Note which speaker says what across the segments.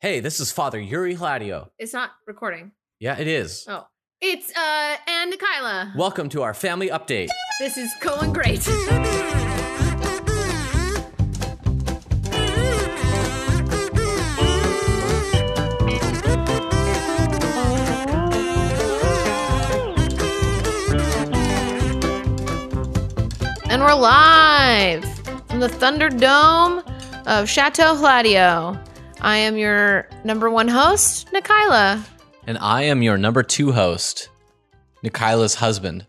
Speaker 1: Hey, this is Father Yuri Hladio.
Speaker 2: It's not recording.
Speaker 1: Yeah, it is.
Speaker 2: Oh, it's uh and Kyla.
Speaker 1: Welcome to our family update.
Speaker 2: This is going great. and we're live from the Thunderdome of Chateau Gladio. I am your number one host, Nikayla.
Speaker 1: And I am your number two host, Nikaila's husband.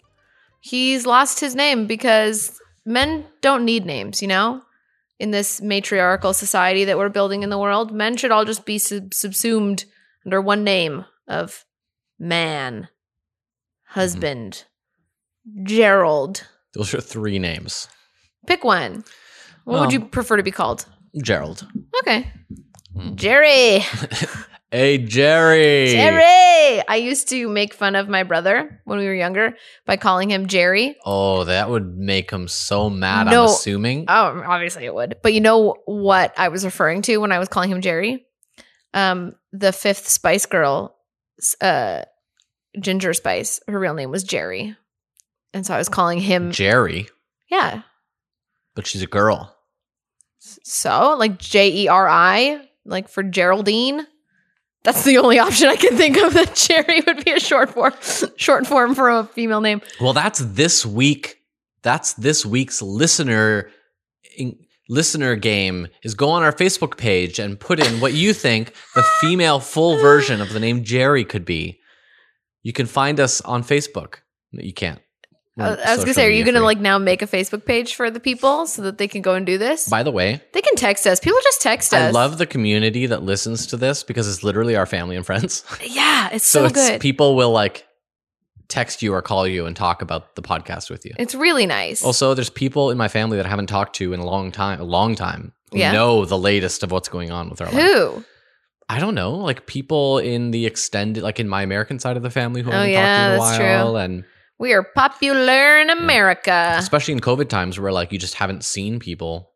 Speaker 2: He's lost his name because men don't need names, you know? In this matriarchal society that we're building in the world, men should all just be sub- subsumed under one name of man, husband, Gerald.
Speaker 1: Those are three names
Speaker 2: Pick one. What would
Speaker 1: Well-
Speaker 2: you prefer to be called?
Speaker 1: Gerald.
Speaker 2: Okay. Hmm.
Speaker 1: Mm.
Speaker 2: Jerry.
Speaker 1: Hey, Jerry.
Speaker 2: Jerry. I used to make fun of my brother when we were younger by calling him Jerry.
Speaker 1: Oh, that would make him so mad,
Speaker 2: No.
Speaker 1: I'm assuming.
Speaker 2: Oh, obviously it would. But you know what I was referring to when I was calling him Jerry? Um, the fifth Spice Girl, uh, Ginger Spice. Her real name was Jerry, and so I was calling him.
Speaker 1: Jerry,
Speaker 2: yeah.
Speaker 1: but she's a girl.
Speaker 2: So like J E R I, like for Geraldine. That's the only option I can think of that Jerry would be a short form, short form for a female name.
Speaker 1: Well, that's this week. That's this week's listener in, listener game is go on our Facebook page and put in what you think the female full version of the name Jerry could be. You can find us on Facebook. No, You can't. We're
Speaker 2: Uh, I I was
Speaker 1: social
Speaker 2: gonna say, are
Speaker 1: media
Speaker 2: you gonna
Speaker 1: free.
Speaker 2: like now make a Facebook page for the people so that they can go and do this?
Speaker 1: By the way,
Speaker 2: They can text us. People just text us.
Speaker 1: I love the community that listens to this because it's literally our family and friends.
Speaker 2: Yeah, it's
Speaker 1: So,
Speaker 2: so,
Speaker 1: it's
Speaker 2: good.
Speaker 1: people will like text you or call you and talk about the podcast with you.
Speaker 2: it's really nice.
Speaker 1: Also, there's people in my family that I haven't talked to in a long time, a long time. who
Speaker 2: Yeah.
Speaker 1: Know the latest of what's going on with our life.
Speaker 2: Who?
Speaker 1: I don't know, like people in the extended, like in my American side of the family who I
Speaker 2: Oh,
Speaker 1: haven't
Speaker 2: yeah,
Speaker 1: talked
Speaker 2: that's
Speaker 1: to in a while, and
Speaker 2: We are popular in America.
Speaker 1: especially in COVID times where like you just haven't seen people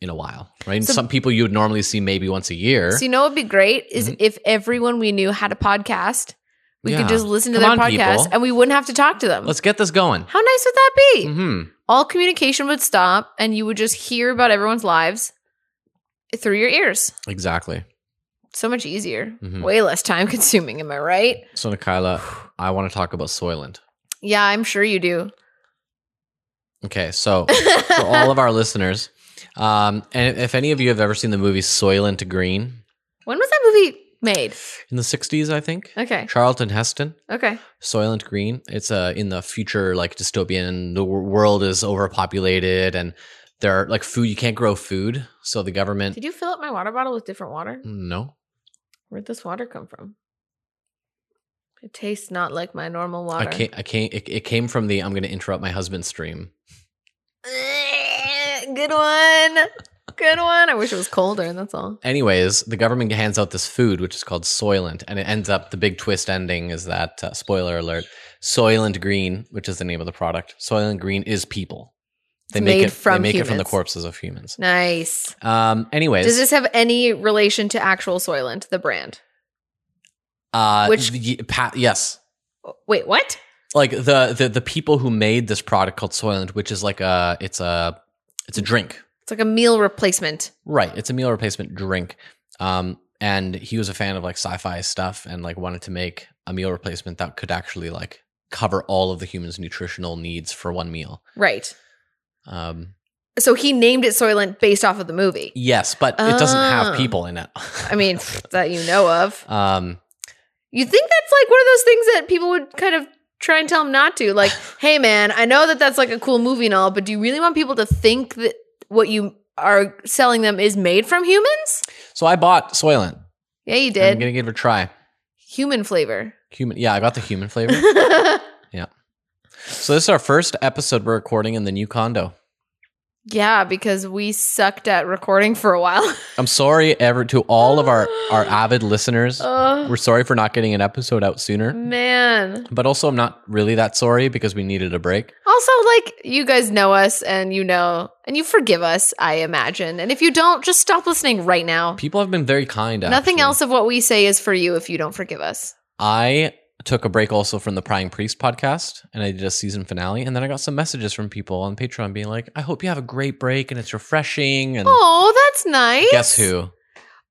Speaker 1: in a while, right? And
Speaker 2: So-
Speaker 1: Some people you would normally see maybe once a year.
Speaker 2: So you know what would be great is
Speaker 1: Mhm.
Speaker 2: if everyone we knew had a podcast, we
Speaker 1: Yeah.
Speaker 2: could just listen to
Speaker 1: Come
Speaker 2: their
Speaker 1: on,
Speaker 2: podcast
Speaker 1: people.
Speaker 2: and we wouldn't have to talk to them.
Speaker 1: Let's get this going.
Speaker 2: How nice would that be?
Speaker 1: hmm
Speaker 2: All communication would stop and you would just hear about everyone's lives through your ears.
Speaker 1: Exactly.
Speaker 2: So much easier.
Speaker 1: Mhm.
Speaker 2: Way less time consuming, am I right?
Speaker 1: So, Nikayla, I want to talk about Soylent.
Speaker 2: Yeah, I'm sure you do.
Speaker 1: Okay, so for all of our listeners, um, and if any of you have ever seen the movie Soylent Green,
Speaker 2: when was that movie made?
Speaker 1: in the 60s, I think.
Speaker 2: Okay.
Speaker 1: Charlton Heston,
Speaker 2: Okay.
Speaker 1: Soylent Green. It's uh, in the future, like dystopian. The wor- world is overpopulated, and there are like food. You can't grow food, so the government.
Speaker 2: Did you fill up my water bottle with different water?
Speaker 1: No,
Speaker 2: Where'd this water come from? It tastes not like my normal water.
Speaker 1: I can't. I can't. It, it came from the. I'm going to interrupt my husband's stream.
Speaker 2: Good one. Good one. I wish it was colder, that's all.
Speaker 1: Anyways, the government hands out this food, which is called Soylent, and it ends up the big twist ending is that uh, spoiler alert, Soylent Green, which is the name of the product, Soylent Green is people. They
Speaker 2: It's
Speaker 1: make
Speaker 2: made
Speaker 1: it
Speaker 2: from
Speaker 1: they make it from the
Speaker 2: humans.
Speaker 1: corpses of humans.
Speaker 2: Nice.
Speaker 1: Um. Anyways,
Speaker 2: Does this have any relation to actual Soylent, the brand?
Speaker 1: Uh,
Speaker 2: Which-
Speaker 1: the, pa- yes,
Speaker 2: Wait, what?
Speaker 1: like the, the the people who made this product called Soylent, which is like a it's a it's a drink,
Speaker 2: It's like a meal replacement.
Speaker 1: right? It's a meal replacement drink. Um, and he was a fan of like sci-fi stuff and like wanted to make a meal replacement that could actually like cover all of the human's nutritional needs for one meal.
Speaker 2: Right.
Speaker 1: Um,
Speaker 2: So he named it Soylent based off of the movie.
Speaker 1: yes, but it doesn't have
Speaker 2: Ah.
Speaker 1: people in it.
Speaker 2: I mean, that you know of.
Speaker 1: um,
Speaker 2: You think that's like one of those things that people would kind of try and tell them not to. Like, hey, man, I know that that's like a cool movie and all, but do you really want people to think that what you are selling them is made from humans?
Speaker 1: so I bought Soylent.
Speaker 2: Yeah, you
Speaker 1: I'm
Speaker 2: did.
Speaker 1: gonna give it a try.
Speaker 2: Human flavor.
Speaker 1: Human, yeah, I got the human flavor.
Speaker 2: yeah,
Speaker 1: so this is our first episode we're recording in the new condo.
Speaker 2: Yeah, because we sucked at recording for a while.
Speaker 1: I'm sorry ever to all of our, our avid listeners.
Speaker 2: oh,
Speaker 1: We're sorry for not getting an episode out sooner.
Speaker 2: man.
Speaker 1: But also I'm not really that sorry because we needed a break.
Speaker 2: Also, like, you guys know us and you know, and you forgive us, I imagine. And if you don't, just stop listening right now.
Speaker 1: People have been very kind.
Speaker 2: Nothing
Speaker 1: actually.
Speaker 2: else of what we say is for you if you don't forgive us.
Speaker 1: I took a break also from the Prying Priest podcast and I did a season finale. And then I got some messages from people on Patreon being like, I hope you have a great break and it's refreshing. And
Speaker 2: Oh, that's nice.
Speaker 1: Mm. guess who?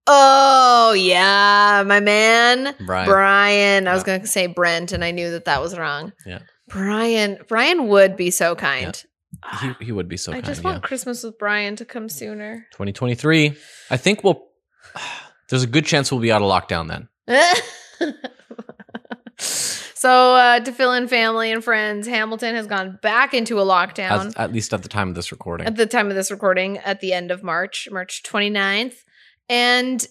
Speaker 2: Oh, yeah, my man.
Speaker 1: Brian.
Speaker 2: Brian. I was
Speaker 1: Yeah.
Speaker 2: going to say Brent, and I knew that that was wrong.
Speaker 1: Yeah.
Speaker 2: Brian. Brian would be so kind.
Speaker 1: He, he would be so
Speaker 2: I
Speaker 1: kind.
Speaker 2: just
Speaker 1: yeah.
Speaker 2: want Christmas with Brian to come sooner.
Speaker 1: 2023. I think we'll, there's a good chance we'll be out of lockdown then.
Speaker 2: so, uh, to fill in family and friends, Hamilton has gone back into a lockdown
Speaker 1: As, at least at the time of this recording.
Speaker 2: at the time of this recording at the end of March, March 29th. And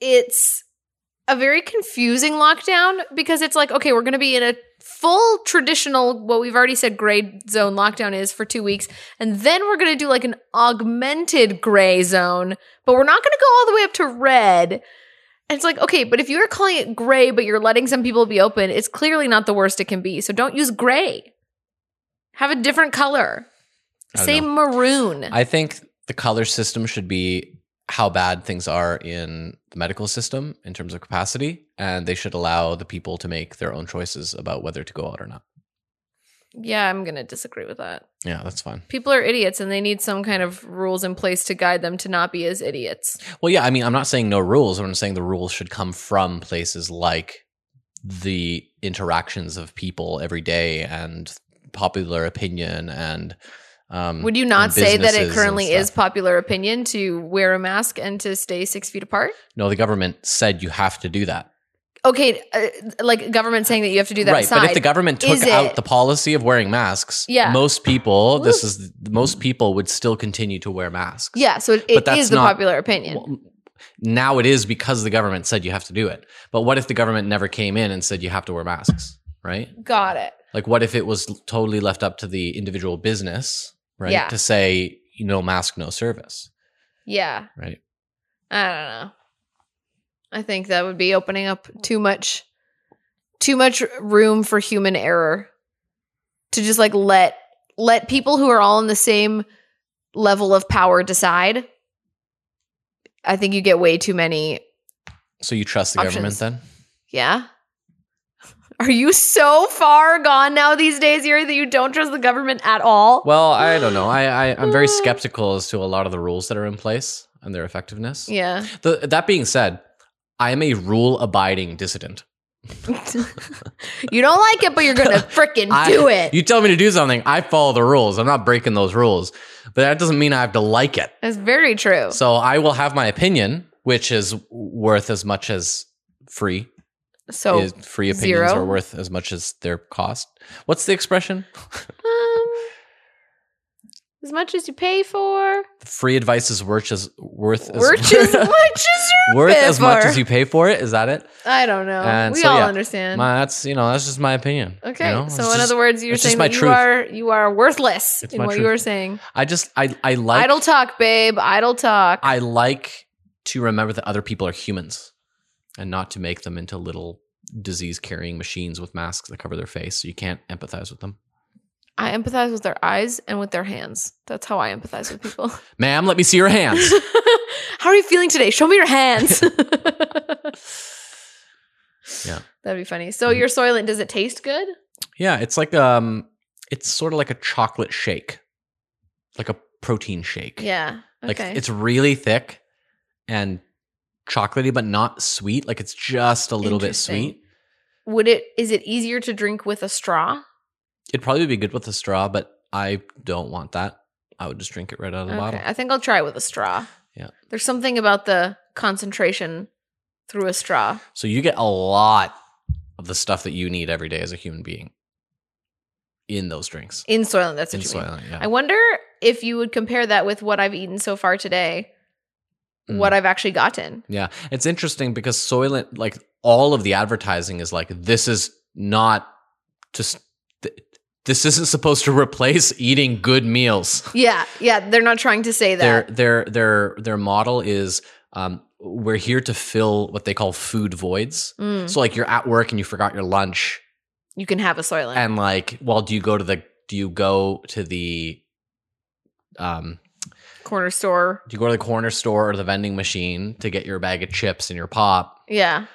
Speaker 2: it's a very confusing lockdown because it's like, okay, we're going to be in a full traditional, what we've already said gray zone lockdown is for two weeks. And then we're going to do like an augmented gray zone, but we're not going to go all the way up to red. And it's like, okay, but if you're calling it gray, but you're letting some people be open, it's clearly not the worst it can be. So don't use gray. Have a different color.
Speaker 1: I don't
Speaker 2: Say
Speaker 1: know.
Speaker 2: maroon.
Speaker 1: I think the color system should be how bad things are in the medical system in terms of capacity, and they should allow the people to make their own choices about whether to go out or not.
Speaker 2: yeah, I'm going to disagree with that.
Speaker 1: Yeah, that's fine.
Speaker 2: People are idiots and they need some kind of rules in place to guide them to not be as idiots.
Speaker 1: Well, yeah, I mean, I'm not saying no rules, but I'm saying the rules should come from places like the interactions of people every day and popular opinion and. Um,
Speaker 2: Would you not
Speaker 1: and
Speaker 2: say that
Speaker 1: businesses
Speaker 2: it
Speaker 1: and
Speaker 2: currently is
Speaker 1: stuff.
Speaker 2: popular opinion to wear a mask and to stay six feet apart?
Speaker 1: no, the government said you have to do that.
Speaker 2: Okay, uh, like government saying that you have to do that
Speaker 1: right,
Speaker 2: aside.
Speaker 1: but if the government took
Speaker 2: Is
Speaker 1: out
Speaker 2: it-
Speaker 1: the policy of wearing masks,
Speaker 2: Yeah.
Speaker 1: most people, this is most people would still continue to wear masks.
Speaker 2: yeah, so it,
Speaker 1: But
Speaker 2: it
Speaker 1: that's
Speaker 2: is the
Speaker 1: not-
Speaker 2: popular opinion.
Speaker 1: Well, now it is because the government said you have to do it. But what if the government never came in and said you have to wear masks, right?
Speaker 2: Got it.
Speaker 1: Like what if it was totally left up to the individual business, right?
Speaker 2: Yeah.
Speaker 1: To say no mask, no service,
Speaker 2: Yeah.
Speaker 1: right?
Speaker 2: I don't know. I think that would be opening up too much too much room for human error to just like let let people who are all in the same level of power decide. I think you get way too many.
Speaker 1: So you trust the
Speaker 2: Options.
Speaker 1: government then?
Speaker 2: Yeah. Are you so far gone now these days, Yuri, that you don't trust the government at all?
Speaker 1: Well, I don't know. I, I I'm very skeptical as to a lot of the rules that are in place and their effectiveness.
Speaker 2: Yeah.
Speaker 1: The, that being said, I am a rule abiding dissident.
Speaker 2: you don't like it, but you're gonna freaking
Speaker 1: I-
Speaker 2: do it.
Speaker 1: You tell me to do something, I follow the rules. I'm not breaking those rules, but that doesn't mean I have to like it.
Speaker 2: That's very true.
Speaker 1: So I will have my opinion, which is worth as much as free.
Speaker 2: So
Speaker 1: is free opinions
Speaker 2: zero?
Speaker 1: are worth as much as their cost. What's the expression?
Speaker 2: Um, as much as you pay for.
Speaker 1: Free advice is worth as worth as,
Speaker 2: Worth as much as you
Speaker 1: worth
Speaker 2: pay
Speaker 1: as much
Speaker 2: for.
Speaker 1: as you pay for it. Is that it?
Speaker 2: I don't know.
Speaker 1: And
Speaker 2: we
Speaker 1: so,
Speaker 2: all
Speaker 1: yeah.
Speaker 2: understand.
Speaker 1: My, that's you know that's just my opinion. you
Speaker 2: okay.
Speaker 1: know? It's
Speaker 2: so in
Speaker 1: just-
Speaker 2: other words, you're
Speaker 1: it's just
Speaker 2: saying
Speaker 1: my
Speaker 2: that you
Speaker 1: truth.
Speaker 2: are you are worthless
Speaker 1: It's
Speaker 2: in
Speaker 1: my
Speaker 2: what you
Speaker 1: truth.
Speaker 2: were saying.
Speaker 1: I just I I like
Speaker 2: idle talk, babe. Idle talk.
Speaker 1: I like to remember that other people are humans and not to make them into little disease carrying machines with masks that cover their face so you can't empathize with them.
Speaker 2: I empathize with their eyes and with their hands. That's how I empathize with people.
Speaker 1: Ma'am, let me see your hands.
Speaker 2: How are you feeling today? Show me your hands.
Speaker 1: Yeah. Mm.
Speaker 2: That'd be funny. So your Soylent, does it taste good?
Speaker 1: yeah, it's like um it's sort of like a chocolate shake. Like a protein shake.
Speaker 2: Yeah.
Speaker 1: Like
Speaker 2: Okay.
Speaker 1: it's really thick and chocolatey but not sweet. Like it's just a little bit
Speaker 2: Interesting.
Speaker 1: sweet.
Speaker 2: Would it is it easier to drink with a straw?
Speaker 1: It'd probably be good with a straw, but I don't want that. I would just drink it right out of the bottle.
Speaker 2: I think I'll try it with a straw.
Speaker 1: Yeah.
Speaker 2: There's something about the concentration through a straw.
Speaker 1: So you get a lot of the stuff that you need every day as a human being in those drinks.
Speaker 2: In Soylent, that's
Speaker 1: In
Speaker 2: what you mean.
Speaker 1: Soylent, yeah.
Speaker 2: I wonder if you would compare that with what I've eaten so far today,
Speaker 1: Mm.
Speaker 2: what I've actually gotten.
Speaker 1: yeah. It's interesting because Soylent, like all of the advertising is like, this is not just, th- this isn't supposed to replace eating good meals.
Speaker 2: Yeah, yeah, they're not trying to say
Speaker 1: Their
Speaker 2: that.
Speaker 1: their their their model is um, we're here to fill what they call food voids.
Speaker 2: Mm,
Speaker 1: So like you're at work and you forgot your lunch,
Speaker 2: you can have a Soylent.
Speaker 1: and like, well, do you go to the do you go to the um
Speaker 2: Corner store.
Speaker 1: do you go to the corner store or the vending machine to get your bag of chips and your pop,
Speaker 2: Yeah.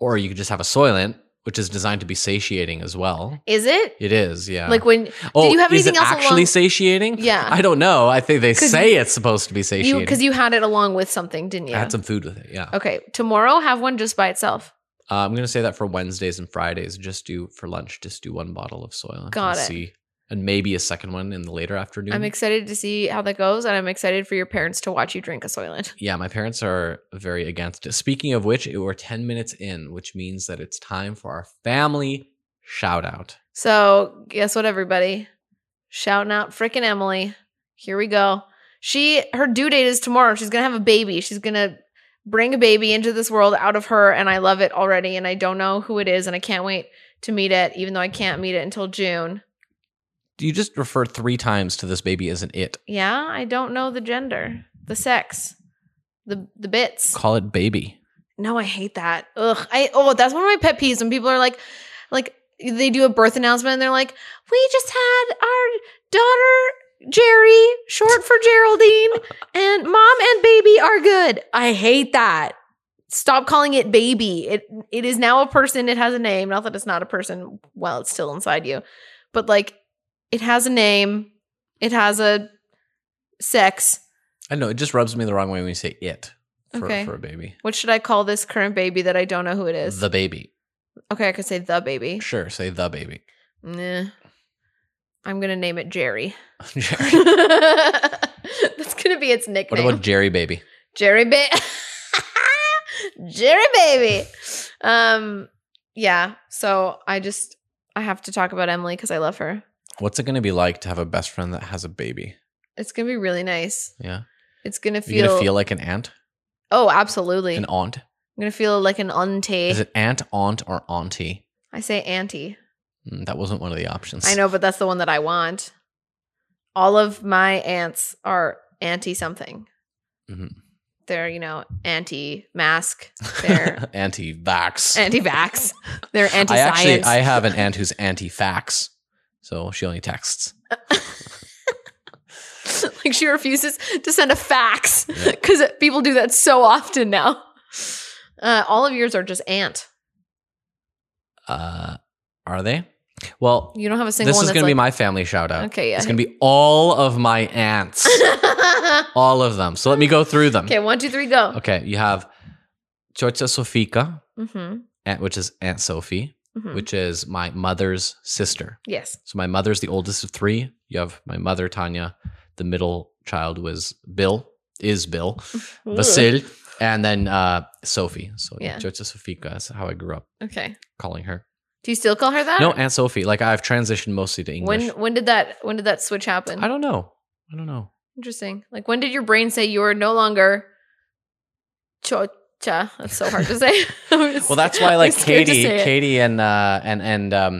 Speaker 1: or you could just have a Soylent, which is designed to be satiating as well.
Speaker 2: Is it?
Speaker 1: It is, yeah.
Speaker 2: Like when
Speaker 1: oh,
Speaker 2: you have
Speaker 1: is it
Speaker 2: anything else
Speaker 1: actually
Speaker 2: along-
Speaker 1: satiating?
Speaker 2: Yeah.
Speaker 1: I don't know. I think they
Speaker 2: 'Cause
Speaker 1: say it's supposed to be
Speaker 2: you
Speaker 1: satiating.
Speaker 2: because you had it along with something, didn't you?
Speaker 1: I had some food with it. Yeah.
Speaker 2: okay. Tomorrow have one just by itself.
Speaker 1: Uh, I'm gonna say that for Wednesdays and Fridays. Just do for lunch. Just do one bottle of Soylent.
Speaker 2: Got
Speaker 1: and
Speaker 2: it.
Speaker 1: See, and maybe a second one in the later afternoon.
Speaker 2: I'm excited to see how that goes, and I'm excited for your parents to watch you drink a Soylent.
Speaker 1: yeah, my parents are very against it. Speaking of which, it- we're 10 minutes in, which means that it's time for our family shout out.
Speaker 2: So, guess what, everybody? Shouting out frickin' Emily. Here we go. She her due date is tomorrow. She's gonna have a baby. She's gonna bring a baby into this world out of her, and I love it already. And I don't know who it is, and I can't wait to meet it, even though I can't meet it until June.
Speaker 1: You just refer three times to this baby as an it.
Speaker 2: Yeah, I don't know the gender, the sex, the the bits.
Speaker 1: Call it baby.
Speaker 2: No, I hate that. Ugh. I oh, that's one of my pet peeves when people are like, like they do a birth announcement and they're like, we just had our daughter Jerry, short for Geraldine, and mom and baby are good. I hate that. Stop calling it baby. It it is now a person. It has a name. Not that it's not a person while it's still inside you, but like it has a name. It has a sex.
Speaker 1: I know it just rubs me the wrong way when you say it for,
Speaker 2: Okay.
Speaker 1: for a baby.
Speaker 2: What should I call this current baby that I don't know who it is?
Speaker 1: The baby.
Speaker 2: okay, I could say the baby.
Speaker 1: Sure, say the baby.
Speaker 2: Nah. I'm gonna name it Jerry.
Speaker 1: Jerry.
Speaker 2: That's gonna be its
Speaker 1: What
Speaker 2: nickname.
Speaker 1: about Jerry baby?
Speaker 2: Jerry ba- Jerry baby. Um yeah, so I just I have to talk about Emily because I love her.
Speaker 1: What's it going to be like to have a best friend that has a baby?
Speaker 2: It's gonna be really nice.
Speaker 1: Yeah.
Speaker 2: It's gonna
Speaker 1: You're
Speaker 2: feel,
Speaker 1: going to feel like an aunt?
Speaker 2: Oh, absolutely.
Speaker 1: An aunt?
Speaker 2: I'm gonna feel like an auntie.
Speaker 1: Is it aunt, aunt, or auntie?
Speaker 2: I say auntie.
Speaker 1: Mm, That wasn't one of the options.
Speaker 2: I know, but that's the one that I want. All of my aunts are anti something.
Speaker 1: Mhm.
Speaker 2: They're, you know, anti mask. They're
Speaker 1: Anti-vax.
Speaker 2: anti vax. They're anti
Speaker 1: I actually
Speaker 2: science.
Speaker 1: I have an aunt who's anti-fax, so she only texts.
Speaker 2: like she refuses to send a fax
Speaker 1: Yeah.
Speaker 2: because people do that so often now. Uh, all of yours are just ant.
Speaker 1: Uh, are they? Well,
Speaker 2: You don't have a single
Speaker 1: this
Speaker 2: one
Speaker 1: is
Speaker 2: that's
Speaker 1: going to be
Speaker 2: like,
Speaker 1: my family shout out.
Speaker 2: Okay, yeah.
Speaker 1: It's going to be all of my aunts, all of them. So let me go through them.
Speaker 2: okay, one, two, three, go.
Speaker 1: Okay, you have Chocha Sofika,
Speaker 2: Mm-hmm.
Speaker 1: aunt, which is Aunt Sophie,
Speaker 2: Mhm.
Speaker 1: which is my mother's sister.
Speaker 2: Yes.
Speaker 1: So my mother's the oldest of three. You have my mother Tanya, the middle child was Bill, is Bill. Vasil, and then uh, Sophie. So
Speaker 2: Yeah.
Speaker 1: yeah. Sofika is how I grew up
Speaker 2: Okay.
Speaker 1: calling her.
Speaker 2: Do you still call her that?
Speaker 1: No, Aunt Sophie. Like I've transitioned mostly to
Speaker 2: Ah. When
Speaker 1: English.
Speaker 2: when did that when did that switch happen?
Speaker 1: I don't know. I don't know.
Speaker 2: Interesting. Like when did your brain say you were no longer chocha? That's so hard to say.
Speaker 1: Well, that's why like Katie, Katie and uh, and and um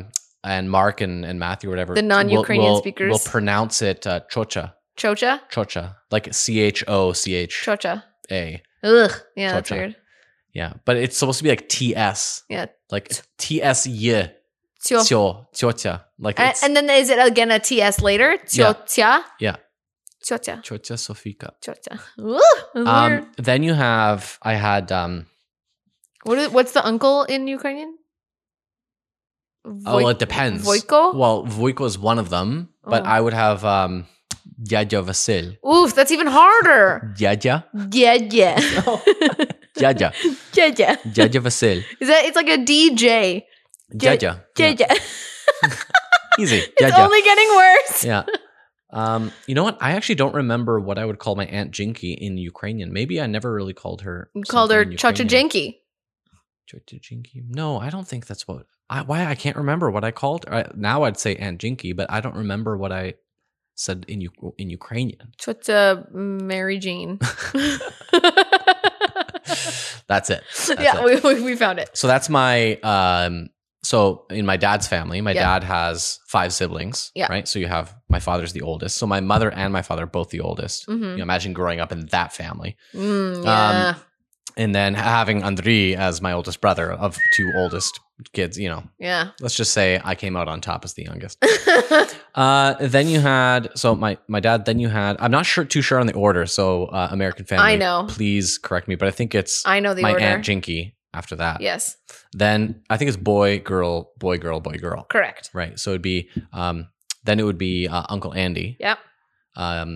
Speaker 1: and Mark and, and Matthew or whatever
Speaker 2: The non-Ukrainian
Speaker 1: will, will,
Speaker 2: speakers.
Speaker 1: will pronounce it uh, chocha
Speaker 2: chocha,
Speaker 1: chocha like C H O C H
Speaker 2: chocha.
Speaker 1: A.
Speaker 2: Ugh. Yeah, that's
Speaker 1: Chocha.
Speaker 2: weird.
Speaker 1: Yeah, but it's supposed to be like T S.
Speaker 2: Yeah.
Speaker 1: like T S Y.
Speaker 2: Tio-
Speaker 1: Tio chocha like
Speaker 2: and,
Speaker 1: it's
Speaker 2: uh, and then is it again a ts later?
Speaker 1: Yeah.
Speaker 2: Chocha.
Speaker 1: Yeah.
Speaker 2: Chocha.
Speaker 1: chocha Sofika.
Speaker 2: Chocha. Ugh, that's weird.
Speaker 1: Um, then you have I had um
Speaker 2: What is, what's the uncle in Ukrainian?
Speaker 1: oh well,
Speaker 2: Voy-
Speaker 1: it depends.
Speaker 2: Voyko?
Speaker 1: Well, Voyko is one of them, but
Speaker 2: Oh.
Speaker 1: I would have um Yadya Vasil.
Speaker 2: Oof, that's even harder.
Speaker 1: Yadya?
Speaker 2: yeah, yeah.
Speaker 1: No. Yadya.
Speaker 2: yeah, yeah.
Speaker 1: Yadya Vasil.
Speaker 2: Is that it's like a DJ. Ge-
Speaker 1: Yadya.
Speaker 2: Yeah,
Speaker 1: Yeah,
Speaker 2: yeah.
Speaker 1: Easy.
Speaker 2: It's
Speaker 1: Yadya.
Speaker 2: only getting worse.
Speaker 1: Yeah. Um, you know what? I actually don't remember what I would call my aunt Jinky in Ukrainian. Maybe I never really called her.
Speaker 2: You called her
Speaker 1: Chacha
Speaker 2: Chacha Jenki.
Speaker 1: Chacha Jinky. No, I don't think that's what. I, why I can't remember what I called. I, now I'd say Aunt Jinky, but I don't remember what I said in U- in Ukrainian.
Speaker 2: Chacha Mary Jean.
Speaker 1: that's it. That's
Speaker 2: yeah,
Speaker 1: it.
Speaker 2: we, we, we found it.
Speaker 1: so that's my um so in my dad's family, my
Speaker 2: Yeah.
Speaker 1: dad has five siblings,
Speaker 2: Yeah.
Speaker 1: right? So you have my father's the oldest. So my mother and my father are both the oldest. You
Speaker 2: Mm-hmm.
Speaker 1: know, imagine growing up in that family, Um,
Speaker 2: Mm, yeah.
Speaker 1: and then having Andri as my oldest brother of two oldest kids. You know,
Speaker 2: yeah.
Speaker 1: let's just say I came out on top as the youngest. Uh, then you had so my my dad. Then you had I'm not sure too sure on the order. So uh, American family.
Speaker 2: I know.
Speaker 1: Please correct me, but I think it's
Speaker 2: I know the
Speaker 1: my
Speaker 2: order.
Speaker 1: aunt Jinky after that.
Speaker 2: yes.
Speaker 1: Then I think it's boy girl boy girl boy girl.
Speaker 2: Correct.
Speaker 1: Right. So it'd be um, then it would be uh, Uncle Andy.
Speaker 2: Yep.
Speaker 1: Um,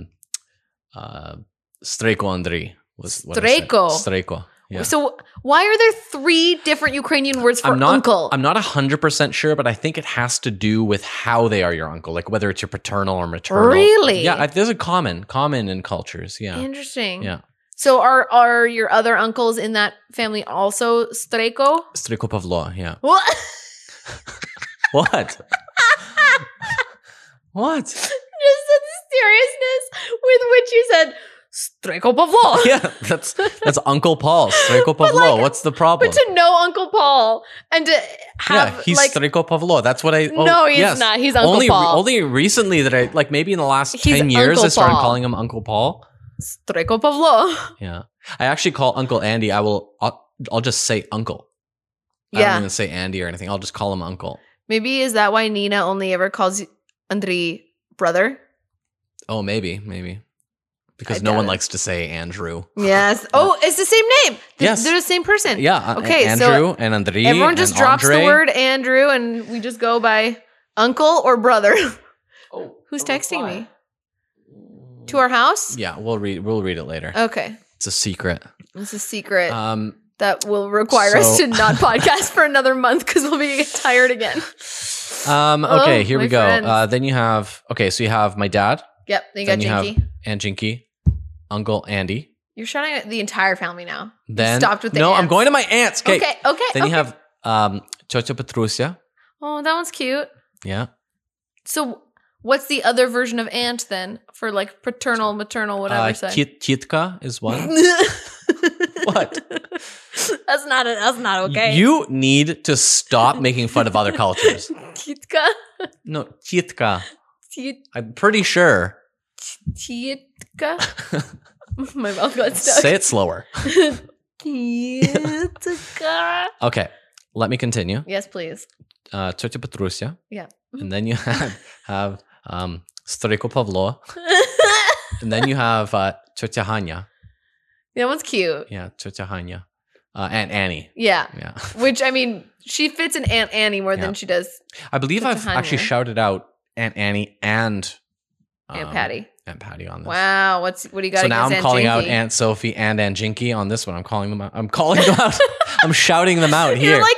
Speaker 1: uh, Streko Andri was what I said.
Speaker 2: Streko.
Speaker 1: Streko. Yeah.
Speaker 2: So why are there three different Ukrainian words for
Speaker 1: I'm not-
Speaker 2: uncle?
Speaker 1: I'm not hundred percent sure, but I think it has to do with how they are your uncle, like whether it's your paternal or maternal.
Speaker 2: Really?
Speaker 1: Yeah, I, there's a common, common in cultures. Yeah,
Speaker 2: Interesting.
Speaker 1: Yeah.
Speaker 2: So are are your other uncles in that family also Streko?
Speaker 1: Striko Pavlo. Yeah.
Speaker 2: What?
Speaker 1: What? what?
Speaker 2: Just the seriousness with which you said Streko Pavlo.
Speaker 1: Yeah, that's that's Uncle Paul. Striko Pavlo.
Speaker 2: like,
Speaker 1: What's the problem?
Speaker 2: But to know Uncle Paul and to have
Speaker 1: yeah, he's
Speaker 2: like
Speaker 1: Striko Pavlo. That's what I. oh,
Speaker 2: no, he's
Speaker 1: yes.
Speaker 2: not. He's Uncle
Speaker 1: only
Speaker 2: Paul.
Speaker 1: only recently that I like maybe in the last
Speaker 2: He's
Speaker 1: ten years
Speaker 2: Uncle
Speaker 1: I started
Speaker 2: Paul.
Speaker 1: calling him Uncle Paul.
Speaker 2: Streko Pavlo.
Speaker 1: Yeah, I actually call Uncle Andy. I will. I'll, I'll just say Uncle. I don't
Speaker 2: Yeah.
Speaker 1: even say Andy or anything. I'll just call him Uncle.
Speaker 2: Maybe is that why Nina only ever calls Andri brother?
Speaker 1: Oh, maybe, maybe,
Speaker 2: I
Speaker 1: because no
Speaker 2: doubt
Speaker 1: one
Speaker 2: it.
Speaker 1: likes to say Andrew.
Speaker 2: Yes. Oh, it's the same name. They're,
Speaker 1: Yes.
Speaker 2: they're the same person.
Speaker 1: Yeah. uh,
Speaker 2: Okay, so
Speaker 1: Andrew and Andre.
Speaker 2: Everyone just
Speaker 1: and
Speaker 2: drops the
Speaker 1: Andre.
Speaker 2: word Andrew and we just go by uncle or brother. Who's texting me? To our house?
Speaker 1: Yeah, we'll read. We'll read it later.
Speaker 2: Okay.
Speaker 1: it's a secret.
Speaker 2: It's a secret
Speaker 1: Um,
Speaker 2: that will require us
Speaker 1: so-
Speaker 2: to not podcast for another month because we'll be tired again.
Speaker 1: um.
Speaker 2: Oh,
Speaker 1: Okay, here we
Speaker 2: my
Speaker 1: go.
Speaker 2: friends.
Speaker 1: Uh, then you have. Okay, so you have my dad,
Speaker 2: Yep. Then you
Speaker 1: Then
Speaker 2: got
Speaker 1: you have-
Speaker 2: Jinky.
Speaker 1: Aunt Jinky, Uncle Andy.
Speaker 2: You're shouting at the entire family now.
Speaker 1: Then
Speaker 2: stopped with the
Speaker 1: no. I'm
Speaker 2: aunts.
Speaker 1: going to my aunts.
Speaker 2: Okay.
Speaker 1: Okay.
Speaker 2: Okay.
Speaker 1: Then
Speaker 2: okay.
Speaker 1: you have um Chocha Petrusia.
Speaker 2: oh, that one's cute.
Speaker 1: Yeah.
Speaker 2: So, what's the other version of aunt then for like paternal, maternal, whatever?
Speaker 1: Uh,
Speaker 2: side?
Speaker 1: Kit- Kitka is one. What?
Speaker 2: That's not. That's not okay.
Speaker 1: You need to stop making fun of other cultures.
Speaker 2: Kitka.
Speaker 1: No, Kitka.
Speaker 2: Ti-
Speaker 1: I'm pretty sure.
Speaker 2: Tietka. My mouth got stuck.
Speaker 1: Say it slower.
Speaker 2: Tietka.
Speaker 1: Okay. Let me continue.
Speaker 2: yes, please.
Speaker 1: Uh, Totya Petrusia.
Speaker 2: Yeah.
Speaker 1: And then you have, have um, Striko Pavlo. And then you have uh, Totya Hanya.
Speaker 2: that one's cute.
Speaker 1: Yeah, Totya Hanya. Uh, Aunt Annie.
Speaker 2: Yeah.
Speaker 1: Yeah.
Speaker 2: Which I mean, she fits in Aunt Annie more
Speaker 1: Yeah.
Speaker 2: than she does
Speaker 1: I believe
Speaker 2: Totya
Speaker 1: I've actually
Speaker 2: Hanya.
Speaker 1: shouted out Aunt Annie and
Speaker 2: Aunt
Speaker 1: um,
Speaker 2: Patty.
Speaker 1: Aunt Patty on this.
Speaker 2: Wow. What's what do you got?
Speaker 1: So now I'm
Speaker 2: against
Speaker 1: calling
Speaker 2: Aunt
Speaker 1: out
Speaker 2: Jinky?
Speaker 1: Aunt Sophie and Aunt Jinky on this one. I'm calling them out. I'm calling them out. I'm shouting them out here.
Speaker 2: You're like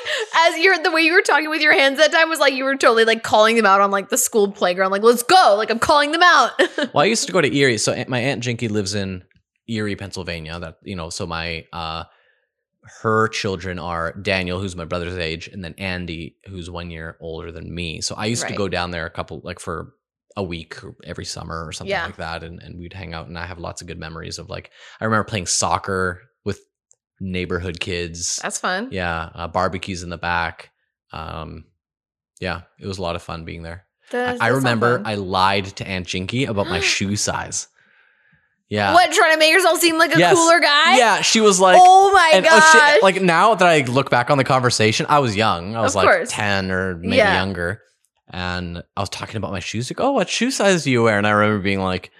Speaker 2: as you're the way you were talking with your hands that time was like you were totally like calling them out on like the school playground. Like let's go. Like I'm calling them out.
Speaker 1: well, I used to go to Erie. So Aunt- my Aunt Jinky lives in Erie, Pennsylvania. That you know, so my uh her children are Daniel, who's my brother's age, and then Andy, who's one year older than me. So I used to
Speaker 2: Right.
Speaker 1: go down there a couple like for a week or every summer or something
Speaker 2: Yeah.
Speaker 1: like that, and, and we'd hang out. And I have lots of good memories of like I remember playing soccer with neighborhood kids.
Speaker 2: That's fun.
Speaker 1: Yeah, uh, barbecues in the back. Um, yeah, it was a lot of fun being there.
Speaker 2: That's-
Speaker 1: I
Speaker 2: that's
Speaker 1: remember
Speaker 2: fun.
Speaker 1: I lied to Aunt Jinky about my shoe size. Yeah,
Speaker 2: what trying to make yourself seem like a
Speaker 1: Yes.
Speaker 2: cooler guy?
Speaker 1: yeah, she was like,
Speaker 2: oh my
Speaker 1: and- oh, she-
Speaker 2: gosh!
Speaker 1: like now that I look back on the conversation, I was young. I was
Speaker 2: Of
Speaker 1: like
Speaker 2: course.
Speaker 1: ten or maybe
Speaker 2: Yeah.
Speaker 1: younger, and I was talking about my shoes. Like, oh, what shoe size do you wear? And I remember being like,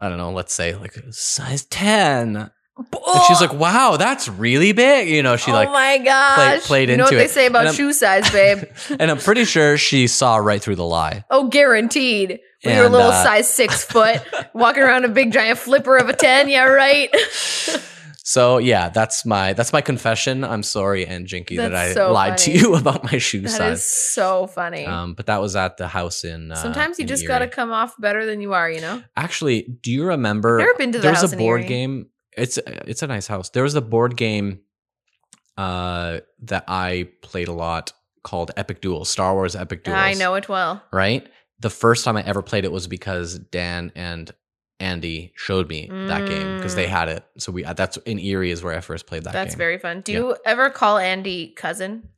Speaker 1: I don't know, let's say like size ten. And she's like, wow, that's really big. You know, she
Speaker 2: oh
Speaker 1: like
Speaker 2: my gosh!
Speaker 1: played
Speaker 2: you know
Speaker 1: into
Speaker 2: what they
Speaker 1: it.
Speaker 2: say
Speaker 1: And
Speaker 2: about
Speaker 1: I'm-
Speaker 2: shoe size, babe?
Speaker 1: and I'm pretty sure she saw right through the lie.
Speaker 2: oh, guaranteed. When you're a
Speaker 1: And,
Speaker 2: little
Speaker 1: uh,
Speaker 2: size six foot, walking around a big giant flipper of a ten, yeah, right.
Speaker 1: So yeah, that's my that's my confession. I'm sorry, and Jinky, that
Speaker 2: That's
Speaker 1: I
Speaker 2: so
Speaker 1: lied
Speaker 2: funny.
Speaker 1: to you about my shoe
Speaker 2: That is
Speaker 1: size.
Speaker 2: so funny.
Speaker 1: Um, but that was at the house in. Uh,
Speaker 2: Sometimes you
Speaker 1: in
Speaker 2: just
Speaker 1: Erie.
Speaker 2: gotta come off better than you are, you know.
Speaker 1: Actually, do you remember?
Speaker 2: Never been to the
Speaker 1: there was
Speaker 2: house
Speaker 1: a
Speaker 2: in
Speaker 1: board
Speaker 2: Erie.
Speaker 1: game. It's uh, it's a nice house. There was a board game, uh, that I played a lot called Epic Duels, Star Wars Epic Duels.
Speaker 2: I know it well.
Speaker 1: right? The first time I ever played it was because Dan and Andy showed me that game because they
Speaker 2: Mm.
Speaker 1: had it. So we uh, that's in Erie is where I first played that
Speaker 2: That's
Speaker 1: game.
Speaker 2: very fun. Do you ever call Andy cousin?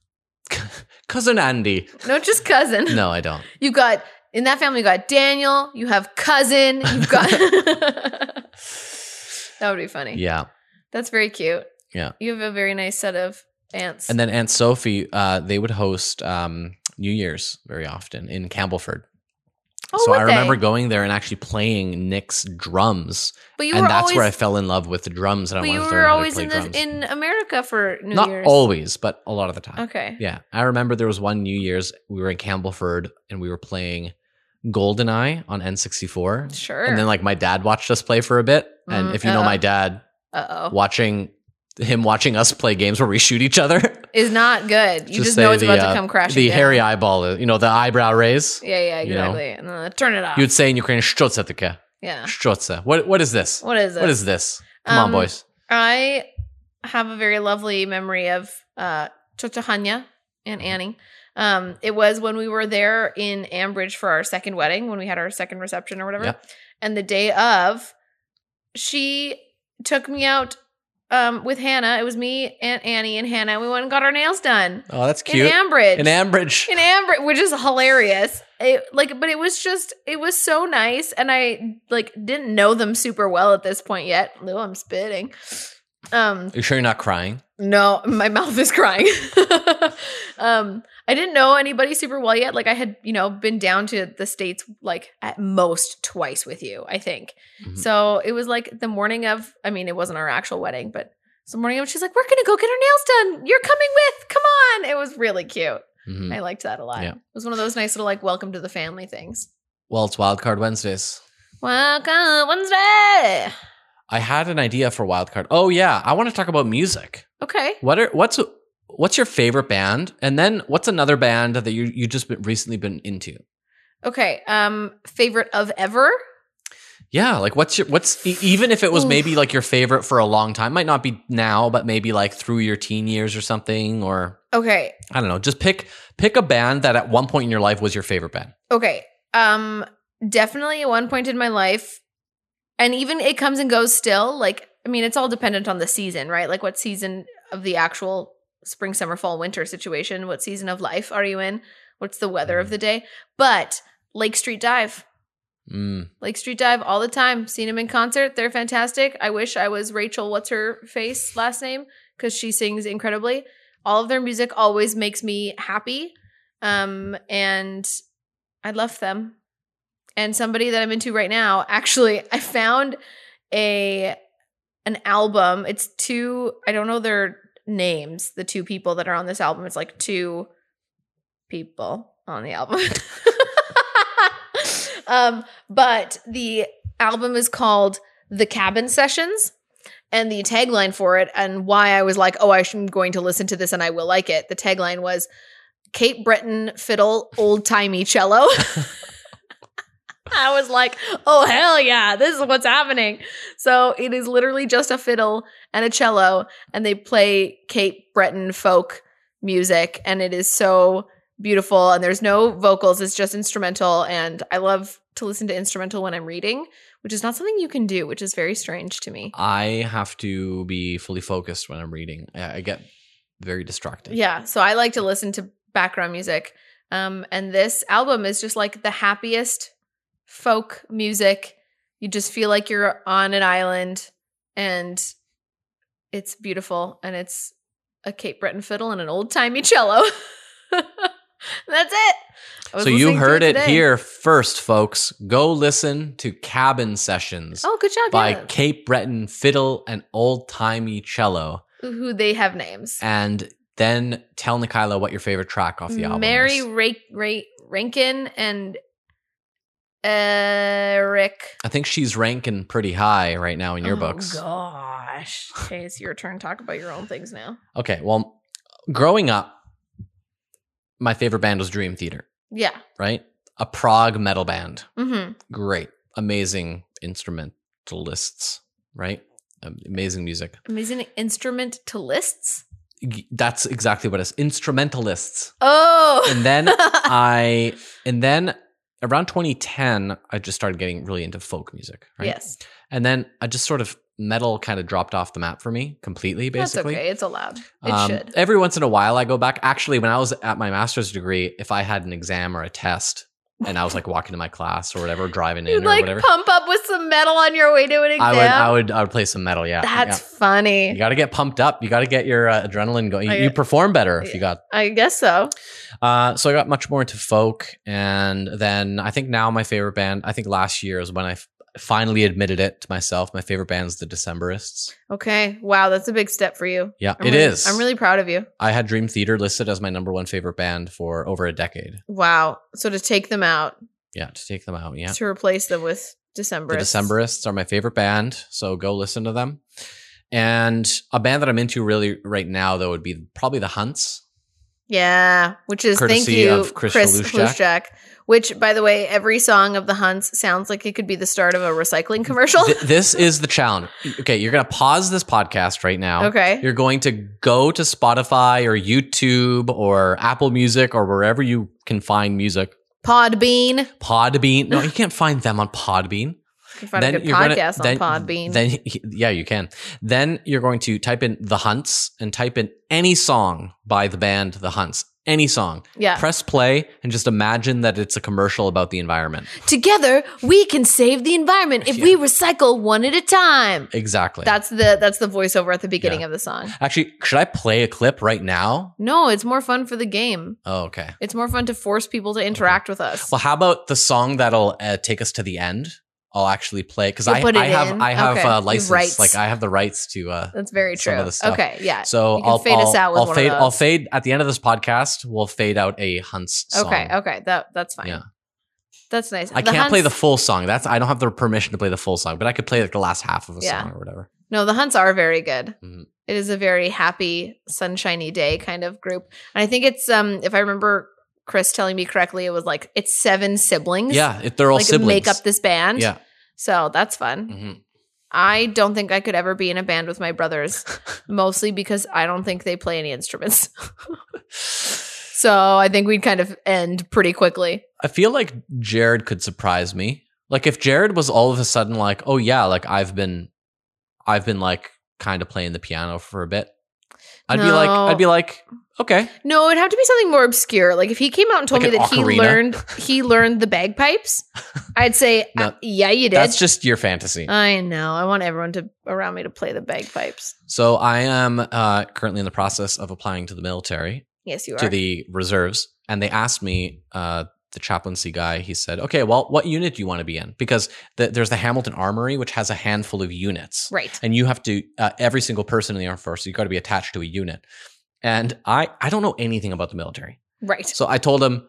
Speaker 1: cousin Andy.
Speaker 2: No, just cousin.
Speaker 1: No, I don't.
Speaker 2: You got in that family. You got Daniel. You have cousin. You've got. that would be funny.
Speaker 1: Yeah.
Speaker 2: That's very cute.
Speaker 1: Yeah.
Speaker 2: You have a very nice set of aunts.
Speaker 1: And then Aunt Sophie, uh, they would host um, New Year's very often in Campbellford.
Speaker 2: oh,
Speaker 1: so
Speaker 2: would
Speaker 1: I remember
Speaker 2: they?
Speaker 1: going there and actually playing Nick's drums,
Speaker 2: but you
Speaker 1: and
Speaker 2: were
Speaker 1: that's
Speaker 2: always,
Speaker 1: where I fell in love with the drums, and I
Speaker 2: but
Speaker 1: wanted
Speaker 2: you
Speaker 1: to learn
Speaker 2: were
Speaker 1: how to
Speaker 2: always
Speaker 1: play
Speaker 2: in the
Speaker 1: drums.
Speaker 2: in America for New
Speaker 1: Not
Speaker 2: Year's.
Speaker 1: always, but a lot of the time.
Speaker 2: Okay.
Speaker 1: Yeah, I remember there was one New Year's we were in Campbellford and we were playing Goldeneye on N64,
Speaker 2: Sure.
Speaker 1: and then like my dad watched us play for a bit, and
Speaker 2: Mm,
Speaker 1: if you know
Speaker 2: uh-oh.
Speaker 1: my dad,
Speaker 2: uh oh,
Speaker 1: watching him watching us play games where we shoot each other,
Speaker 2: is not good. You
Speaker 1: Just
Speaker 2: just, know
Speaker 1: say
Speaker 2: it's
Speaker 1: the,
Speaker 2: about
Speaker 1: uh,
Speaker 2: to come crashing.
Speaker 1: the
Speaker 2: down.
Speaker 1: hairy eyeball, you know, the eyebrow raise.
Speaker 2: Yeah, yeah,
Speaker 1: you know?
Speaker 2: exactly. And then, uh, turn it off.
Speaker 1: You would say in Ukrainian "Shtrotsa taka."
Speaker 2: yeah.
Speaker 1: Shtrotsa. What what is this?
Speaker 2: What is it?
Speaker 1: What is this? Come on,
Speaker 2: Um,
Speaker 1: boys.
Speaker 2: I have a very lovely memory of uh Chochahanya
Speaker 1: Mm-hmm.
Speaker 2: and Annie. Um, it was when we were there in Ambridge for our second wedding, when we had our second reception or whatever.
Speaker 1: Yeah.
Speaker 2: And the day of, she took me out um, with Hannah. It was me, Aunt Annie, and Hannah. We went and got our nails done
Speaker 1: Oh, that's
Speaker 2: in
Speaker 1: cute.
Speaker 2: Ambridge.
Speaker 1: In Ambridge.
Speaker 2: in Amber, which is hilarious. It, like, but it was just, it was so nice, and I like didn't know them super well at this point yet. Lou, I'm spitting. Um,
Speaker 1: Are you sure you're not crying?
Speaker 2: no, my mouth is crying. um, I didn't know anybody super well yet. Like, I had, you know, been down to the states like at most twice with you, I think.
Speaker 1: Mhm.
Speaker 2: So it was like the morning of. I mean, it wasn't our actual wedding, but. it's the morning of, she's like, "We're gonna go get our nails done. You're coming with. Come on!" It was really cute.
Speaker 1: Mhm.
Speaker 2: I liked that a lot.
Speaker 1: Yeah.
Speaker 2: It was one of those nice little like welcome to the family things.
Speaker 1: Well, it's Wildcard Wednesdays.
Speaker 2: Welcome Wednesday.
Speaker 1: I had an idea for Wildcard. Oh yeah, I want to talk about music.
Speaker 2: Okay.
Speaker 1: What are what's what's your favorite band? And then what's another band that you you just been, recently been into?
Speaker 2: Okay. Um favorite of ever?
Speaker 1: Yeah, like what's your what's e- even if it was
Speaker 2: Oof.
Speaker 1: maybe like your favorite for a long time, might not be now, but maybe like through your teen years or something, or
Speaker 2: Okay.
Speaker 1: I don't know. Just pick pick a band that at one point in your life was your favorite band.
Speaker 2: Okay. Um definitely at one point in my life and even it comes and goes still like I mean it's all dependent on the season, right? Like what season of the actual spring, summer, fall, winter situation, what season of life are you in? What's the weather of the day? But Lake Street Dive
Speaker 1: Mm.
Speaker 2: Lake Street Dive all the time. Seen them in concert. They're fantastic. I wish I was Rachel, what's her face last name, because she sings incredibly. All of their music always makes me happy. Um, and I love them. And somebody that I'm into right now, actually, I found a an album. It's two, I don't know their names, the two people that are on this album. It's like two people on the album. um, but the album is called The Cabin Sessions. And the tagline for it, and why I was like, oh, I'm going to listen to this and I will like it. The tagline was Kate Breton fiddle, old timey cello. I was like, oh, hell yeah, this is what's happening. So it is literally just a fiddle and a cello, and they play Kate Breton folk music, and it is so beautiful. And there's no vocals, it's just instrumental. And I love to listen to instrumental when I'm reading, which is not something you can do, which is very strange to me.
Speaker 1: I have to be fully focused when I'm reading. I, I get very distracted.
Speaker 2: Yeah, so I like to listen to background music. Um, and this album is just like the happiest folk music. You just feel like you're on an island and it's beautiful and it's a Cape Breton fiddle and an old timey cello. That's it. I was
Speaker 1: So you
Speaker 2: listening to
Speaker 1: heard it
Speaker 2: today.
Speaker 1: here first, folks. Go listen to Cabin Sessions
Speaker 2: Oh, good job.
Speaker 1: by
Speaker 2: yeah.
Speaker 1: Cape Breton Fiddle and Old Timey Cello.
Speaker 2: Who they have names.
Speaker 1: And then tell Nikayla what your favorite track off the album
Speaker 2: Mary
Speaker 1: is.
Speaker 2: Ra- Ra- Rankin and uh, Eric.
Speaker 1: I think she's ranking pretty high right now in your
Speaker 2: oh,
Speaker 1: books.
Speaker 2: Gosh. Okay, it's your turn. Talk about your own things now.
Speaker 1: Okay, well, growing up, my favorite band was Dream Theater,
Speaker 2: Yeah.
Speaker 1: right? A Prague metal band.
Speaker 2: Mm-hmm.
Speaker 1: Great, amazing instrumentalists, right? Um, amazing music.
Speaker 2: Amazing instrument to lists.
Speaker 1: G- That's exactly what it is. Instrumentalists.
Speaker 2: Oh.
Speaker 1: And then I and then around 2010, I just started getting really into folk music. Right?
Speaker 2: Yes.
Speaker 1: And then I just sort of metal kind of dropped off the map for me completely, basically.
Speaker 2: That's okay. It's allowed. It
Speaker 1: Um,
Speaker 2: should.
Speaker 1: Every once in a while, I go back. Actually, when I was at my master's degree, if I had an exam or a test and I was like walking to my class or whatever, driving in
Speaker 2: You'd
Speaker 1: or
Speaker 2: like
Speaker 1: whatever,
Speaker 2: pump up with some metal on your way to an exam.
Speaker 1: I would, I would, I would play some metal. Yeah.
Speaker 2: That's
Speaker 1: Yeah.
Speaker 2: funny.
Speaker 1: You got to get pumped up. You got to get your uh, adrenaline going. You,
Speaker 2: I-
Speaker 1: you perform better if you got.
Speaker 2: I guess so.
Speaker 1: Uh, so I got much more into folk, and then I think now my favorite band. I think last year is when I f- finally admitted it to myself. My favorite band is the Decemberists.
Speaker 2: Okay. Wow, that's a big step for you.
Speaker 1: Yeah,
Speaker 2: I'm
Speaker 1: it
Speaker 2: really-
Speaker 1: is.
Speaker 2: I'm really proud of you.
Speaker 1: I had Dream Theater listed as my number one favorite band for over a decade.
Speaker 2: Wow. So to take them out,
Speaker 1: Yeah, to take them out. Yeah.
Speaker 2: to replace them with December.
Speaker 1: The Decemberists are my favorite band, so go listen to them. And a band that I'm into really right now though would be probably the Hunts.
Speaker 2: Yeah, which is thank
Speaker 1: Courtesy
Speaker 2: you,
Speaker 1: of Chris
Speaker 2: Chris
Speaker 1: Lushchak.
Speaker 2: Lushchak. Which, by the way, every song of the Hunts sounds like it could be the start of a recycling commercial.
Speaker 1: Th- this is the challenge. Okay, you're gonna pause this podcast right now.
Speaker 2: okay,
Speaker 1: You're going to go to Spotify or YouTube or Apple Music or wherever you can find music.
Speaker 2: Podbean.
Speaker 1: Podbean. No, you can't find them on Podbean.
Speaker 2: You can find a good podcast on Podbean.
Speaker 1: Then yeah, you can. Then you're going to type in The Hunts and type in any song by the band The Hunts. Any song.
Speaker 2: yeah.
Speaker 1: Press play and just imagine that it's a commercial about the environment.
Speaker 2: Together, we can save the environment if we recycle one at a time.
Speaker 1: Exactly.
Speaker 2: That's the that's the voiceover at the beginning
Speaker 1: Yeah.
Speaker 2: of the song.
Speaker 1: Actually, should I play a clip right now?
Speaker 2: No, it's more fun for the game.
Speaker 1: Oh, okay.
Speaker 2: It's more fun to force people to interact with us.
Speaker 1: Well, how about the song that'll uh, take us to the end? I'll actually play because
Speaker 2: You'll
Speaker 1: I,
Speaker 2: put it
Speaker 1: I have
Speaker 2: in?
Speaker 1: I have
Speaker 2: Okay.
Speaker 1: uh,
Speaker 2: You
Speaker 1: license
Speaker 2: rights.
Speaker 1: like I have the rights to. Uh,
Speaker 2: That's very
Speaker 1: some
Speaker 2: true.
Speaker 1: of the stuff.
Speaker 2: Okay, yeah.
Speaker 1: so
Speaker 2: Uh, You can
Speaker 1: I'll
Speaker 2: fade us
Speaker 1: I'll-
Speaker 2: out with
Speaker 1: I'll
Speaker 2: one of
Speaker 1: fade. I'll
Speaker 2: those.
Speaker 1: fade at the end of this podcast. We'll fade out a Hunts. Song.
Speaker 2: Okay, okay. That that's fine.
Speaker 1: Yeah.
Speaker 2: That's nice.
Speaker 1: I can't play the
Speaker 2: Hunts-
Speaker 1: full song. That's I don't have the permission to play the full song, but I could play like the last half of a
Speaker 2: Yeah.
Speaker 1: song or whatever.
Speaker 2: No, the Hunts are very good.
Speaker 1: Mhm.
Speaker 2: It is a very happy, sunshiny day kind of group. And I think it's um if I remember Chris telling me correctly, it was like it's seven siblings.
Speaker 1: Yeah, if they're all
Speaker 2: like
Speaker 1: siblings.
Speaker 2: make up this band.
Speaker 1: Yeah.
Speaker 2: So that's fun.
Speaker 1: Mhm.
Speaker 2: I don't think I could ever be in a band with my brothers, mostly because I don't think they play any instruments.
Speaker 1: Mm-hmm.
Speaker 2: so I think we'd kind of end pretty quickly.
Speaker 1: I feel like Jared could surprise me. Like if Jared was all of a sudden like, oh yeah, like I've been, I've been like kind of playing the piano for a bit. I'd be like,
Speaker 2: No.
Speaker 1: I'd be like, okay,
Speaker 2: No, it'd have to be something more obscure. Like if he came out and told
Speaker 1: Like
Speaker 2: me
Speaker 1: an
Speaker 2: that he
Speaker 1: ocarina?
Speaker 2: learned he learned the bagpipes, I'd say,
Speaker 1: No,
Speaker 2: "Uh, yeah, you did. Uh.
Speaker 1: that's just your fantasy.
Speaker 2: I know. I want everyone to around me to play the bagpipes.
Speaker 1: so I am uh, currently in the process of applying to the military,
Speaker 2: Yes, you are.
Speaker 1: to the reserves, and they asked me. Uh, the chaplaincy guy, he said, "Okay, well, what unit do you want to be in? Because the, there's the Hamilton Armory, which has a handful of units,
Speaker 2: right.
Speaker 1: and you have to uh, every single person in the armed forces you got to be attached to a unit and i i don't know anything about the military
Speaker 2: Right.
Speaker 1: so i told him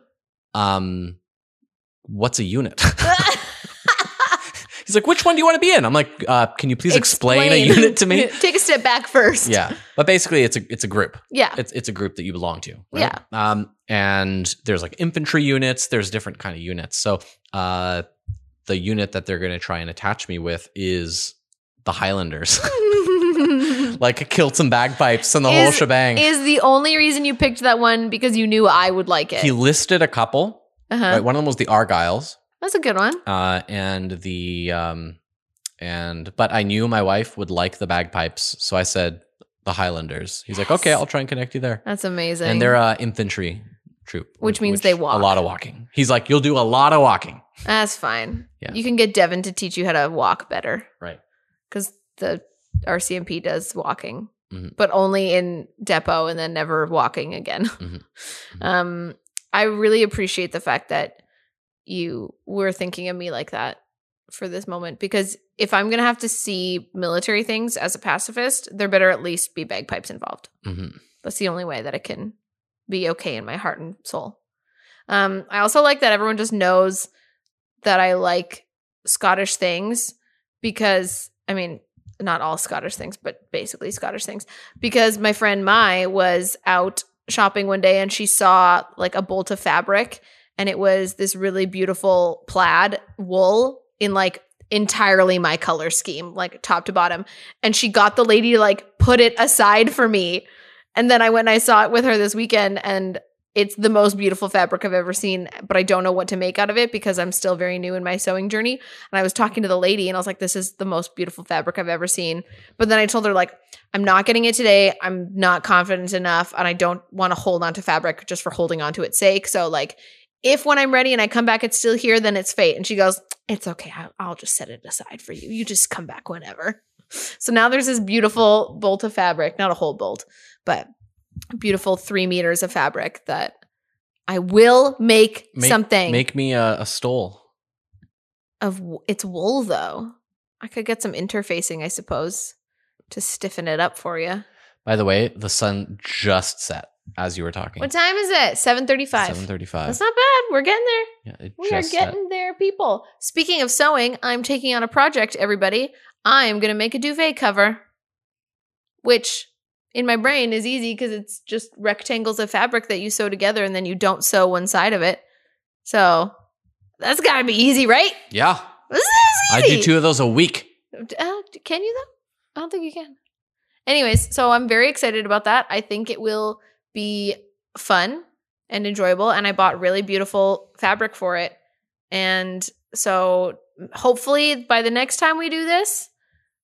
Speaker 1: um what's a unit he's like which one do you want to be in i'm like uh, can you please explain, a unit to me
Speaker 2: Take a step back first.
Speaker 1: yeah but basically it's a it's a group
Speaker 2: Yeah.
Speaker 1: it's it's a group that you belong to yeah um and there's like infantry units there's different kind of units so uh the unit that they're going to try and attach me with is the highlanders like killed some bagpipes and the whole
Speaker 2: Is-
Speaker 1: shebang.
Speaker 2: Is the only reason you picked that one because you knew I would like
Speaker 1: he
Speaker 2: it.
Speaker 1: listed a couple.
Speaker 2: Uh-huh.
Speaker 1: Right, one of them was the Argyles,
Speaker 2: That's a good one.
Speaker 1: uh, and the um, and but I knew my wife would like the bagpipes, so I said the Highlanders. He's like,
Speaker 2: Yes.
Speaker 1: okay, I'll try and connect you there.
Speaker 2: That's amazing.
Speaker 1: And they're a infantry troop,
Speaker 2: Which means they walk.
Speaker 1: a lot of walking. He's like, you'll do a lot of walking.
Speaker 2: That's fine.
Speaker 1: Yeah.
Speaker 2: You can get Devin to teach you how to walk better.
Speaker 1: Right.
Speaker 2: Because the RCMP does walking,
Speaker 1: Mhm.
Speaker 2: but only in depot and then never walking again.
Speaker 1: Mhm. Mhm.
Speaker 2: Um, I really appreciate the fact that you were thinking of me like that for this moment because if I'm going to have to see military things as a pacifist, there better at least be bagpipes involved.
Speaker 1: hmm
Speaker 2: That's the only way that it can be okay in my heart and soul. Um, I also like that everyone just knows that I like Scottish things because, I mean, not all Scottish things, but basically Scottish things. Because my friend Mai was out shopping one day and she saw like a bolt of fabric and it was this really beautiful plaid wool in like entirely my color scheme, like top to bottom. And she got the lady to like put it aside for me. And then I went and I saw it with her this weekend and it's the most beautiful fabric I've ever seen, but I don't know what to make out of it because I'm still very new in my sewing journey. And I was talking to the lady and I was like, this is the most beautiful fabric I've ever seen. But then I told her, like, I'm not getting it today. I'm not confident enough and I don't want to hold on to fabric just for holding on to its sake. So, like, if when I'm ready and I come back, it's still here, then it's fate. And she goes, it's okay. I'll, I'll just set it aside for you. You just come back whenever. So now there's this beautiful bolt of fabric, not a whole bolt, but beautiful three meters of fabric that I will make,
Speaker 1: Make-
Speaker 2: something
Speaker 1: Make me a, a stole.
Speaker 2: of. w- It's wool though. I could get some interfacing, I suppose, to stiffen it up for you.
Speaker 1: By the way, the sun just set as you were talking.
Speaker 2: What time is it? Seven
Speaker 1: Seven
Speaker 2: thirty-five.
Speaker 1: thirty-five.
Speaker 2: That's not bad. We're getting there.
Speaker 1: Yeah, it
Speaker 2: We
Speaker 1: just uh,
Speaker 2: are
Speaker 1: set.
Speaker 2: getting there, people. Speaking of sewing, I'm taking on a project, everybody. I am going to make a duvet cover, which in my brain is easy because it's just rectangles of fabric that you sew together and then you don't sew one side of it. So that's got to be easy, right?
Speaker 1: Yeah,
Speaker 2: This is
Speaker 1: I
Speaker 2: easy.
Speaker 1: do two of those a week.
Speaker 2: Uh, can you though? I don't think you can. Anyways, so I'm very excited about that. I think it will be fun and enjoyable, and I bought really beautiful fabric for it. And so hopefully by the next time we do this,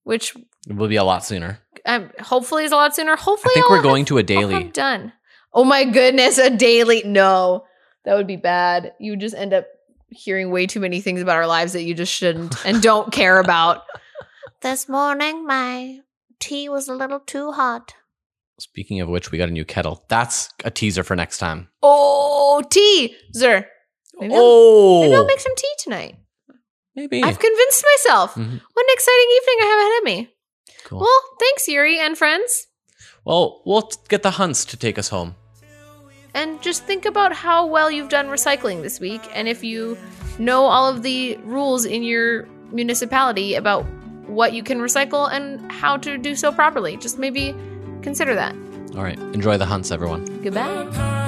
Speaker 2: which
Speaker 1: It will be a lot sooner.
Speaker 2: um, hopefully is a lot sooner.
Speaker 1: I
Speaker 2: Hopefully,
Speaker 1: think
Speaker 2: I'll
Speaker 1: we're
Speaker 2: have-
Speaker 1: going to a
Speaker 2: I'll have
Speaker 1: daily.
Speaker 2: done. Oh my goodness, a daily? No, that would be bad. You would just end up hearing way too many things about our lives that you just shouldn't and don't care about.
Speaker 3: This morning, my tea was a little too hot.
Speaker 1: Speaking of which, we got a new kettle. That's a teaser for next time.
Speaker 2: Oh, tea, sir. Maybe I'll-
Speaker 1: oh,
Speaker 2: Maybe I'll make some tea tonight.
Speaker 1: maybe.
Speaker 2: I've convinced myself.
Speaker 1: Mhm.
Speaker 2: What an exciting evening I have ahead of me.
Speaker 1: Cool.
Speaker 2: Well, thanks, Yuri and friends.
Speaker 1: Well, we'll t- get the Hunts to take us home.
Speaker 2: And just think about how well you've done recycling this week. And if you know all of the rules in your municipality about what you can recycle and how to do so properly, just maybe consider that.
Speaker 1: All right, enjoy the Hunts, everyone.
Speaker 2: Goodbye.